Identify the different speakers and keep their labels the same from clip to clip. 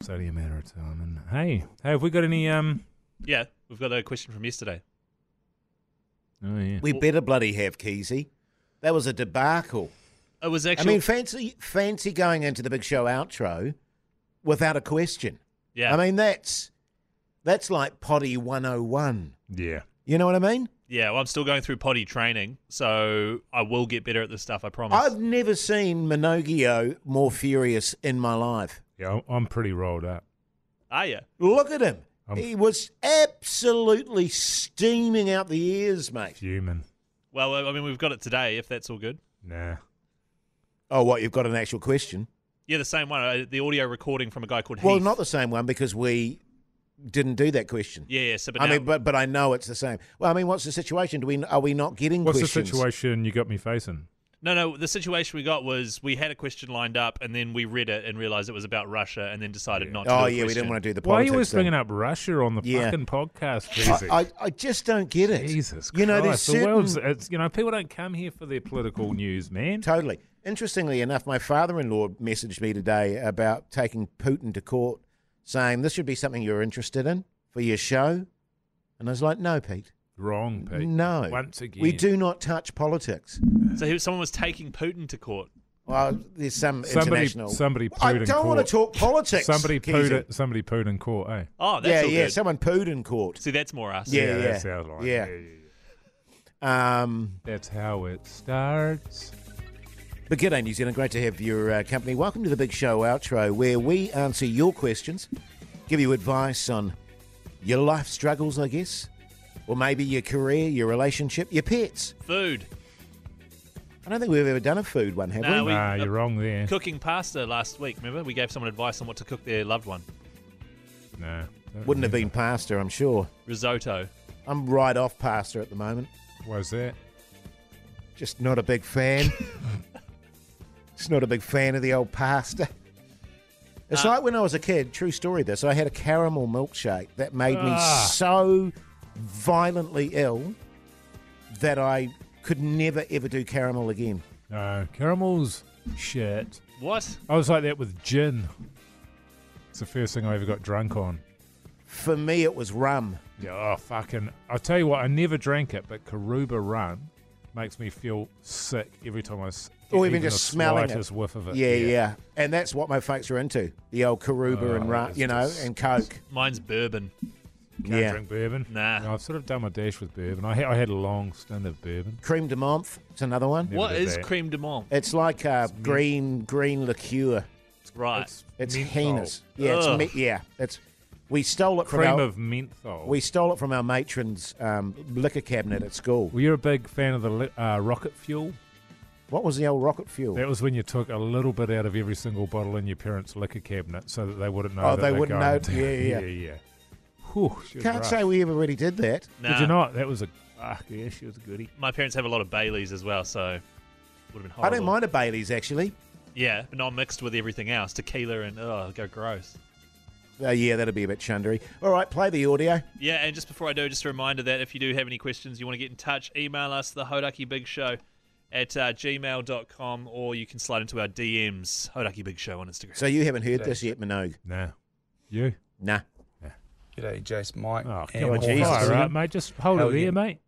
Speaker 1: It's only a matter of time. And hey, hey, have we got any? Um,
Speaker 2: Yeah, we've got a question from yesterday.
Speaker 1: oh yeah,
Speaker 3: We better bloody have Keezy. That was a debacle.
Speaker 2: It was
Speaker 3: I
Speaker 2: actually.
Speaker 3: mean, fancy fancy going into the big show outro without a question.
Speaker 2: yeah,
Speaker 3: I mean, that's that's like potty 101.
Speaker 1: yeah.
Speaker 3: You know what I mean?
Speaker 2: yeah. Well, I'm still going through potty training, so I will get better at this stuff. I promise.
Speaker 3: I've never seen Minogio more furious in my life.
Speaker 1: Yeah, I'm- I'm pretty rolled up.
Speaker 2: Are you?
Speaker 3: Look at him.
Speaker 1: I'm-
Speaker 2: Um,
Speaker 3: he was absolutely steaming out the ears, mate.
Speaker 1: Fuming.
Speaker 2: Well, I mean, we've got it today. If that's all good.
Speaker 1: Nah.
Speaker 3: Oh, what? You've got an actual question?
Speaker 2: Yeah, the same one. uh, The audio recording from a guy called
Speaker 3: Well,
Speaker 2: Heath.
Speaker 3: not the same one because we didn't do that question.
Speaker 2: Yeah, yeah. So, but
Speaker 3: I
Speaker 2: now,
Speaker 3: mean, but but I know it's the same. Well, I mean, what's the situation? Do we are we not getting
Speaker 1: What's
Speaker 3: questions?
Speaker 1: the situation you got me facing?
Speaker 2: no, no. The situation we got was we had a question lined up, and then we read it and realized it was about Russia, and then decided not to.
Speaker 3: Oh
Speaker 2: do a
Speaker 3: yeah, we didn't
Speaker 2: question.
Speaker 3: want to do the.
Speaker 1: Why are
Speaker 3: politics
Speaker 1: you always
Speaker 3: thing.
Speaker 1: bringing up Russia on the
Speaker 3: Yeah.
Speaker 1: fucking podcast, Keezy?
Speaker 3: I, I, I just don't get it.
Speaker 1: Jesus
Speaker 3: you know,
Speaker 1: Christ.
Speaker 3: there's
Speaker 1: the
Speaker 3: certain,
Speaker 1: world's, it's, you know, people don't come here for their political news, man.
Speaker 3: totally. Interestingly enough, my father-in-law messaged me today about taking Putin to court, saying this should be something you're interested in for your show, and I was like, no, Pete,
Speaker 1: Wrong, Pete.
Speaker 3: no.
Speaker 1: Once again.
Speaker 3: we do not touch politics.
Speaker 2: So he, someone was taking Putin to court.
Speaker 3: Well, there's some
Speaker 1: Somebody,
Speaker 3: international.
Speaker 1: somebody pooed
Speaker 3: I
Speaker 1: in
Speaker 3: don't
Speaker 1: court.
Speaker 3: want to talk politics.
Speaker 1: Somebody
Speaker 3: Keezy.
Speaker 1: pooed, it, somebody pooed in court, eh?
Speaker 2: Oh, that's
Speaker 3: Yeah,
Speaker 2: all
Speaker 3: yeah.
Speaker 2: good.
Speaker 3: Someone pooed in court.
Speaker 2: See, that's more us.
Speaker 3: Yeah, yeah.
Speaker 1: that sounds like
Speaker 3: yeah.
Speaker 1: yeah, yeah.
Speaker 3: Um,
Speaker 1: That's how it starts.
Speaker 3: but g'day, New Zealand. Great to have your uh, company. Welcome to the Big Show Outro, where we answer your questions, give you advice on your life struggles, I guess, or maybe your career, your relationship, your pets.
Speaker 2: Food.
Speaker 3: I don't think we've ever done a food one, have
Speaker 2: No,
Speaker 3: we?
Speaker 2: we-
Speaker 1: nah, you're wrong there.
Speaker 2: Cooking pasta last week. Remember, we gave someone advice on what to cook their loved one.
Speaker 1: Nah. don't
Speaker 3: Wouldn't have been
Speaker 1: remember.
Speaker 3: pasta, I'm sure.
Speaker 2: Risotto.
Speaker 3: I'm right off pasta at the moment.
Speaker 1: Was that?
Speaker 3: Just not a big fan. Just not a big fan of the old pasta. It's
Speaker 2: Uh,
Speaker 3: like when I was a kid, true story this, I had a caramel milkshake that made me
Speaker 1: Ah.
Speaker 3: so violently ill that I could never ever do caramel again.
Speaker 1: No. Uh, Caramel's shit.
Speaker 2: What?
Speaker 1: I was like that with gin. It's the first thing I ever got drunk on.
Speaker 3: For me, it was rum.
Speaker 1: Yeah, oh, fucking. I'll tell you what, I never drank it, but Karuba Run makes me feel sick every time I s- get
Speaker 3: Or even just
Speaker 1: the
Speaker 3: smelling it.
Speaker 1: slightest whiff of it.
Speaker 3: yeah, yeah, And that's what my folks were into the old Karuba
Speaker 1: Oh,
Speaker 3: and rum,
Speaker 1: it's
Speaker 3: you know,
Speaker 1: just-
Speaker 3: and Coke.
Speaker 2: Mine's bourbon.
Speaker 1: Can't
Speaker 3: yeah.
Speaker 1: drink bourbon.
Speaker 2: Nah.
Speaker 1: No, I've sort of done my dash with bourbon. I, ha- I had a long stint of bourbon.
Speaker 3: Cream de menthe, it's another one.
Speaker 1: Never
Speaker 2: what
Speaker 1: did
Speaker 2: is
Speaker 1: that.
Speaker 2: creme de menthe?
Speaker 3: It's like uh, green, green liqueur.
Speaker 2: Right.
Speaker 1: It's,
Speaker 3: It's
Speaker 1: menthol.
Speaker 3: heinous. Yeah, it's
Speaker 2: Ugh.
Speaker 3: me- yeah, it's we stole it from
Speaker 1: Cream
Speaker 3: our,
Speaker 1: of menthol.
Speaker 3: we stole it from our matron's um, liquor cabinet at school.
Speaker 1: well, you're a big fan of the li- uh, rocket fuel.
Speaker 3: What was the old rocket fuel?
Speaker 1: That was when you took a little bit out of every single bottle in your parents' liquor cabinet so that they wouldn't know.
Speaker 3: Oh,
Speaker 1: that
Speaker 3: they
Speaker 1: they're
Speaker 3: wouldn't
Speaker 1: going
Speaker 3: know.
Speaker 1: down.
Speaker 3: Yeah,
Speaker 1: yeah,
Speaker 3: yeah.
Speaker 1: yeah. Whew, she was
Speaker 3: Can't
Speaker 1: rough.
Speaker 3: say we ever really did that.
Speaker 2: Nah.
Speaker 1: Did you not? That was a. Ah, yeah, she was a goodie.
Speaker 2: My parents have a lot of Baileys as well, so would have been
Speaker 3: I
Speaker 2: horrible.
Speaker 3: don't mind a Bailey's actually.
Speaker 2: Yeah, but not mixed with everything else. Tequila and oh, go gross.
Speaker 3: Uh, yeah, that'd be a bit chundery. All right, play the audio.
Speaker 2: Yeah, and just before I do, just a reminder that if you do have any questions, you want to get in touch, email us, the Hodaki Big Show at uh, gmail.com, or you can slide into our DMs, Hodaki Big Show on Instagram.
Speaker 3: So you haven't heard this yet, Minogue?
Speaker 1: Nah. You?
Speaker 3: Nah.
Speaker 4: G'day, Jace, Mike.
Speaker 1: Oh,
Speaker 4: and
Speaker 1: come on,
Speaker 4: all
Speaker 3: Jesus.
Speaker 4: that.
Speaker 1: Fire up, mate. Just hold
Speaker 4: Hell
Speaker 1: it there,
Speaker 4: yeah.
Speaker 1: mate.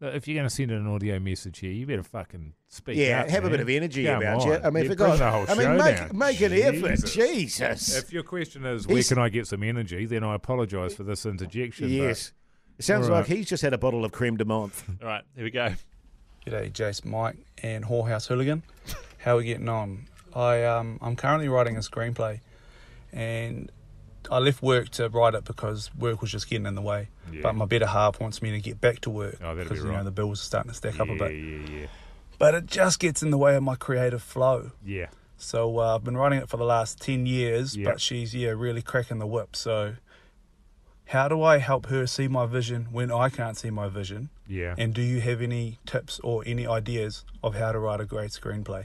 Speaker 1: Look, if you're going to send an audio message here, you better fucking speak
Speaker 3: Yeah,
Speaker 1: up,
Speaker 3: have a
Speaker 1: man.
Speaker 3: bit of energy
Speaker 1: Come
Speaker 3: about
Speaker 1: on.
Speaker 3: you. I mean,
Speaker 1: Yeah,
Speaker 3: for
Speaker 1: bring
Speaker 3: God,
Speaker 1: the whole
Speaker 3: I mean,
Speaker 1: show
Speaker 3: make
Speaker 1: down.
Speaker 3: make an effort,
Speaker 1: Jesus.
Speaker 3: Jesus.
Speaker 1: If your question is, where
Speaker 3: He's-
Speaker 1: can I get some energy, then I apologise for this interjection. but-
Speaker 3: yes, it sounds
Speaker 1: All
Speaker 3: like
Speaker 1: right.
Speaker 3: he's just had a bottle of creme de menthe.
Speaker 2: All right, here we go.
Speaker 4: G'day, Jace, Mike, and Whorehouse Hooligan. How are we getting on? I um, I'm currently writing a screenplay, and I left work to write it because work was just getting in the way.
Speaker 1: Yeah.
Speaker 4: But my better half wants me to get back to work
Speaker 1: Oh, that'd be
Speaker 4: because you know
Speaker 1: right.
Speaker 4: the bills are starting to stack up a
Speaker 1: yeah,
Speaker 4: bit.
Speaker 1: yeah, yeah.
Speaker 4: But it just gets in the way of my creative flow.
Speaker 1: Yeah.
Speaker 4: So uh, I've been writing it for the last 10 years,
Speaker 1: Yeah.
Speaker 4: but she's, yeah, really cracking the whip. So how do I help her see my vision when I can't see my vision?
Speaker 1: Yeah.
Speaker 4: And do you have any tips or any ideas of how to write a great screenplay?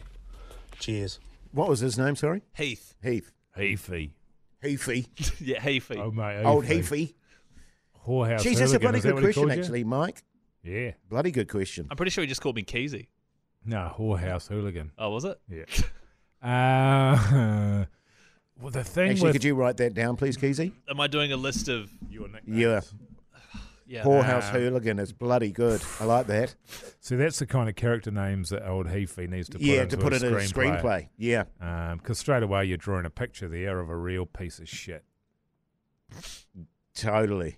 Speaker 4: Cheers.
Speaker 3: What was his name? Sorry,
Speaker 2: Heath.
Speaker 3: Heath.
Speaker 1: Heafy.
Speaker 3: Heafy.
Speaker 2: yeah, Heathy.
Speaker 1: Oh, mate.
Speaker 3: Old
Speaker 1: Heafy.
Speaker 3: Heafy.
Speaker 1: Whorehouse.
Speaker 3: Jeez, that's a
Speaker 1: Hooligan,
Speaker 3: bloody
Speaker 1: is that
Speaker 3: good
Speaker 1: what he called
Speaker 3: question,
Speaker 1: you?
Speaker 3: actually, Mike.
Speaker 1: Yeah.
Speaker 3: Bloody good question.
Speaker 2: I'm pretty sure he just called me Keezy.
Speaker 1: No, Whorehouse Hooligan.
Speaker 2: Oh, was it?
Speaker 1: Yeah. Uh, Well, the thing
Speaker 3: Actually,
Speaker 1: with
Speaker 3: could you write that down, please, Keezy?
Speaker 2: Am I doing a list of
Speaker 1: your nicknames.
Speaker 3: Yeah.
Speaker 2: yeah?
Speaker 3: Poorhouse
Speaker 1: Um,
Speaker 3: Hooligan is bloody good. I like that.
Speaker 1: See, that's the kind of character names that old Heafy needs to put
Speaker 3: yeah,
Speaker 1: into
Speaker 3: to put
Speaker 1: a
Speaker 3: it in a screenplay. Yeah.
Speaker 1: Because straight away you're drawing a picture there of a real piece of shit.
Speaker 3: Totally.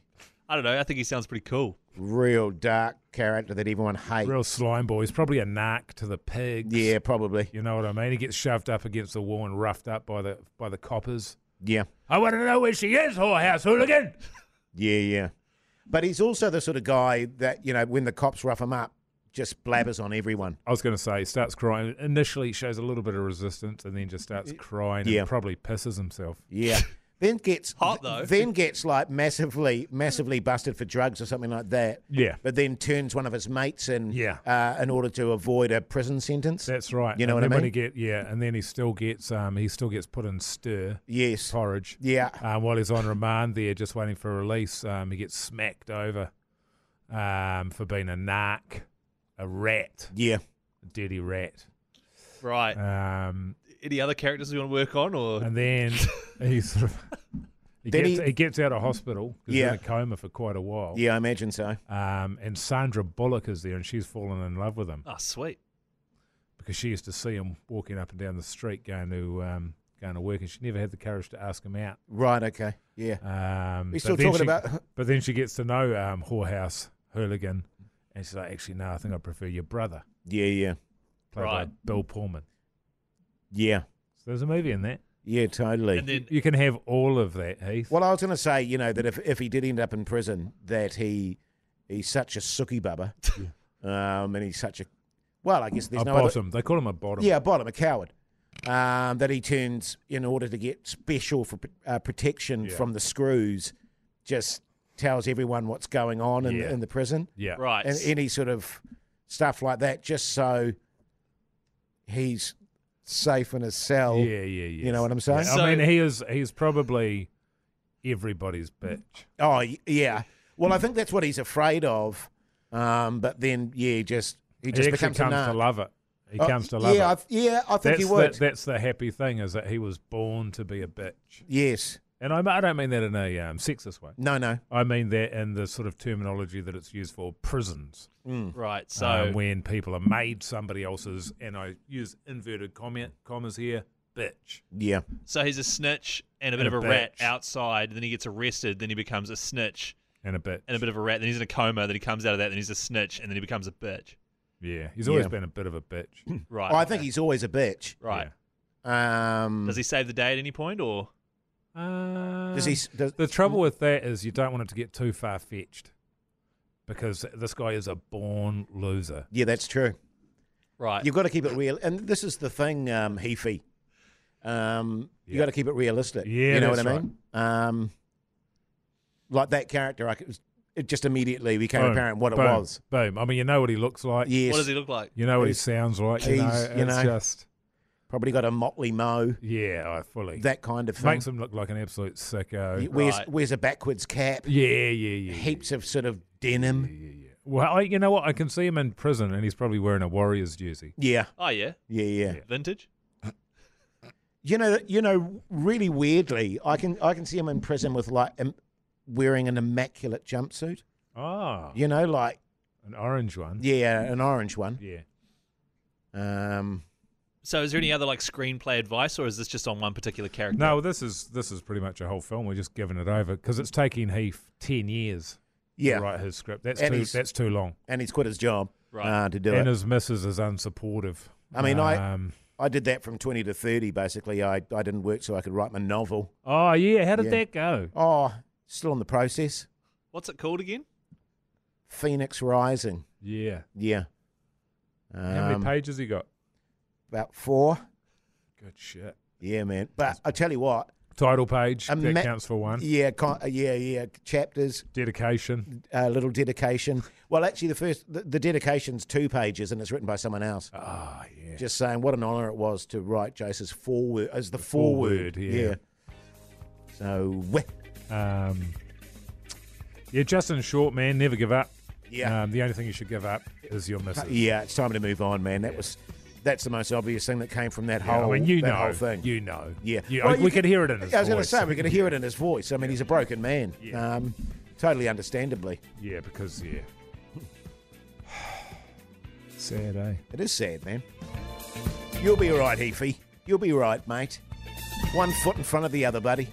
Speaker 2: I don't know. I think he sounds pretty cool.
Speaker 3: Real dark character that everyone hates.
Speaker 1: Real slime boy. He's probably a narc to the pigs.
Speaker 3: Yeah, probably.
Speaker 1: You know what I mean? He gets shoved up against the wall and roughed up by the by the coppers.
Speaker 3: Yeah.
Speaker 1: I want to know where she is, whorehouse hooligan.
Speaker 3: Yeah, yeah. But he's also the sort of guy that, you know, when the cops rough him up, just blabbers on everyone.
Speaker 1: I was going to say, he starts crying. Initially, shows a little bit of resistance and then just starts crying
Speaker 3: Yeah.
Speaker 1: and probably pisses himself.
Speaker 3: Yeah. Then gets
Speaker 2: Hot, though.
Speaker 3: Then gets like massively, massively busted for drugs or something like that.
Speaker 1: Yeah.
Speaker 3: But then turns one of his mates in,
Speaker 1: Yeah.
Speaker 3: uh, in order to avoid a prison sentence.
Speaker 1: That's right.
Speaker 3: You know
Speaker 1: and
Speaker 3: what I
Speaker 1: then When he
Speaker 3: mean?
Speaker 1: get yeah, and then he still gets um he still gets put in stir
Speaker 3: yes.
Speaker 1: porridge.
Speaker 3: Yeah.
Speaker 1: Um, while he's on remand there, just waiting for release, um, he gets smacked over um, for being a narc, a rat,
Speaker 3: Yeah.
Speaker 1: a dirty rat.
Speaker 2: Right.
Speaker 1: Um,
Speaker 2: Any other characters we want to work on, or
Speaker 1: and then he sort of he,
Speaker 3: Then
Speaker 1: gets,
Speaker 3: he-
Speaker 1: he gets out of hospital. 'cause He's
Speaker 3: Yeah.
Speaker 1: in a coma for quite a while.
Speaker 3: Yeah, I imagine so.
Speaker 1: Um, and Sandra Bullock is there, and she's fallen in love with him
Speaker 2: oh, sweet.
Speaker 1: because she used to see him walking up and down the street going to um, going to work, and she never had the courage to ask him out.
Speaker 3: Right, okay. Yeah.
Speaker 1: Um,
Speaker 3: We're
Speaker 1: but
Speaker 3: still
Speaker 1: then
Speaker 3: talking
Speaker 1: she-
Speaker 3: about-
Speaker 1: But then she gets to know um, Whorehouse Hooligan, and she's like, actually, no, I think I prefer your brother,
Speaker 3: Yeah, yeah.
Speaker 1: played by
Speaker 2: Right.
Speaker 1: Bill Pullman.
Speaker 3: Yeah.
Speaker 1: So there's a movie in that.
Speaker 3: Yeah, totally.
Speaker 2: And then
Speaker 1: You can have all of that, Heath.
Speaker 3: Well, I was going to say, you know, that if, if he did end up in prison, that he he's such a sookie bubba, um, and he's such a well, I guess there's
Speaker 1: a
Speaker 3: no other,
Speaker 1: bottom. They call him a bottom.
Speaker 3: yeah, a bottom, a coward, um, that he turns in order to get special for, uh, protection
Speaker 1: Yeah.
Speaker 3: from the screws, just tells everyone what's going on in,
Speaker 1: Yeah.
Speaker 3: in the prison
Speaker 1: Yeah.
Speaker 2: right.
Speaker 3: and any sort of stuff like that, just so he's safe in his
Speaker 1: Yeah,
Speaker 3: cell.
Speaker 1: yeah, yeah.
Speaker 3: Oh, You know what I'm saying?
Speaker 1: Yeah,
Speaker 2: So-
Speaker 1: I mean, he is he's probably everybody's bitch.
Speaker 3: Oh y- yeah. Well, I think that's what he's afraid of. Um, but then yeah, just he just
Speaker 1: he actually
Speaker 3: becomes
Speaker 1: comes
Speaker 3: a narc.
Speaker 1: to love it. He
Speaker 3: Oh,
Speaker 1: comes to love
Speaker 3: yeah,
Speaker 1: it.
Speaker 3: I, yeah, I think
Speaker 1: that's
Speaker 3: he would.
Speaker 1: The, that's the happy thing is that he was born to be a bitch,
Speaker 3: yes.
Speaker 1: and I, I don't mean that in a um, sexist way.
Speaker 3: No, no.
Speaker 1: I mean that in the sort of terminology that it's used for prisons,
Speaker 2: right. So
Speaker 1: um, when people are made somebody else's, and I use inverted comment commas here, bitch.
Speaker 3: Yeah.
Speaker 2: so he's a snitch and a bit
Speaker 1: and
Speaker 2: of
Speaker 1: a
Speaker 2: a rat
Speaker 1: bitch.
Speaker 2: outside. Then he gets arrested. Then he becomes a snitch
Speaker 1: And a bitch.
Speaker 2: and a bit of a rat. Then he's in a coma. Then he comes out of that. Then he's a snitch and then he becomes a bitch.
Speaker 1: yeah, he's always
Speaker 3: Yeah.
Speaker 1: been a bit of a bitch.
Speaker 2: Right.
Speaker 3: Oh, I think
Speaker 2: okay.
Speaker 3: he's always a bitch.
Speaker 2: right.
Speaker 3: Um,
Speaker 2: Does he save the day at any point, or
Speaker 1: Yeah. Um,
Speaker 3: Does he? s- Does,
Speaker 1: the trouble with that is you don't want it to get too far fetched because this guy is a born loser.
Speaker 3: yeah, that's true.
Speaker 2: right?
Speaker 3: You've got to keep it real, and this is the thing, um, Heafy. Um, you
Speaker 1: Yeah.
Speaker 3: got to keep it realistic.
Speaker 1: Yeah,
Speaker 3: you know
Speaker 1: that's
Speaker 3: what I mean. Um, like that character, I could, it just immediately became
Speaker 1: Boom,
Speaker 3: apparent what
Speaker 1: boom,
Speaker 3: it was.
Speaker 1: Boom. I mean, you know what he looks like.
Speaker 3: Yes,
Speaker 2: What does he look like?
Speaker 1: You know what he
Speaker 3: He's-
Speaker 1: sounds like. You know,
Speaker 3: he's, you
Speaker 1: it's
Speaker 3: know-
Speaker 1: just
Speaker 3: probably got a motley mo.
Speaker 1: yeah, I fully
Speaker 3: that kind of thing.
Speaker 1: makes him look like an absolute sicko.
Speaker 3: He wears,
Speaker 2: Right.
Speaker 3: wears a backwards cap,
Speaker 1: Yeah, yeah, yeah. yeah.
Speaker 3: heaps of sort of denim.
Speaker 1: Yeah, yeah. Well, I, you know what? I can see him in prison, and he's probably wearing a Warriors jersey.
Speaker 3: Yeah,
Speaker 2: Oh yeah,
Speaker 3: yeah, yeah.
Speaker 1: Yeah.
Speaker 2: vintage.
Speaker 3: You know, you know, really weirdly, I can I can see him in prison with like um, wearing an immaculate jumpsuit.
Speaker 1: Ah,
Speaker 3: You know, like
Speaker 1: an orange one.
Speaker 3: yeah, an orange one.
Speaker 1: Yeah.
Speaker 3: Um,
Speaker 2: So is there any other like screenplay advice, or is this just on one particular character?
Speaker 1: No, this is this is pretty much a whole film. We're just giving it over because it's taking Heath ten years
Speaker 3: yeah,
Speaker 1: to write his script. That's
Speaker 3: And
Speaker 1: too
Speaker 3: he's-
Speaker 1: that's too long.
Speaker 3: and he's quit his job
Speaker 2: Right.
Speaker 3: uh, to do
Speaker 1: and
Speaker 3: it.
Speaker 1: his missus is unsupportive.
Speaker 3: I mean, I-
Speaker 1: um,
Speaker 3: I did that from twenty to thirty. Basically, I I didn't work so I could write my novel.
Speaker 1: Oh yeah, how did
Speaker 3: Yeah.
Speaker 1: that go?
Speaker 3: Oh, still in the process.
Speaker 2: What's it called again?
Speaker 3: Phoenix Rising.
Speaker 1: Yeah.
Speaker 3: Yeah.
Speaker 1: how
Speaker 3: Um,
Speaker 1: many pages he got?
Speaker 3: about four.
Speaker 1: Good shit.
Speaker 3: Yeah, man. But I tell you what,
Speaker 1: Title page
Speaker 3: Um,
Speaker 1: that
Speaker 3: ma-
Speaker 1: counts for one.
Speaker 3: yeah, con- yeah, yeah. Chapters,
Speaker 1: Dedication.
Speaker 3: a little dedication. Well, actually, the first the, the dedication's two pages, and it's written by someone else.
Speaker 1: Ah yeah.
Speaker 3: Just saying, what an honour it was to write Jace's foreword as the,
Speaker 1: foreword,
Speaker 3: foreword.
Speaker 1: yeah.
Speaker 3: So, weh.
Speaker 1: Um, yeah, Justin Short, man, never give up.
Speaker 3: yeah,
Speaker 1: Um, the only thing you should give up is your missus.
Speaker 3: yeah. It's time to move on, man. That was That's the most obvious thing that came from that
Speaker 1: Yeah,
Speaker 3: whole,
Speaker 1: I mean, you
Speaker 3: that
Speaker 1: know,
Speaker 3: whole thing.
Speaker 1: you know,
Speaker 3: Yeah.
Speaker 1: You-
Speaker 3: Well,
Speaker 1: I-
Speaker 3: you
Speaker 1: we can hear it in his
Speaker 3: I was going to
Speaker 1: voice.
Speaker 3: say, we can hear it in his voice. I mean, he's a broken man.
Speaker 1: Yeah.
Speaker 3: Um, totally understandably.
Speaker 1: Yeah, because yeah. Sad, eh?
Speaker 3: It is sad, man. You'll be all right, Heafy. You'll be all right, mate. One foot in front of the other, buddy.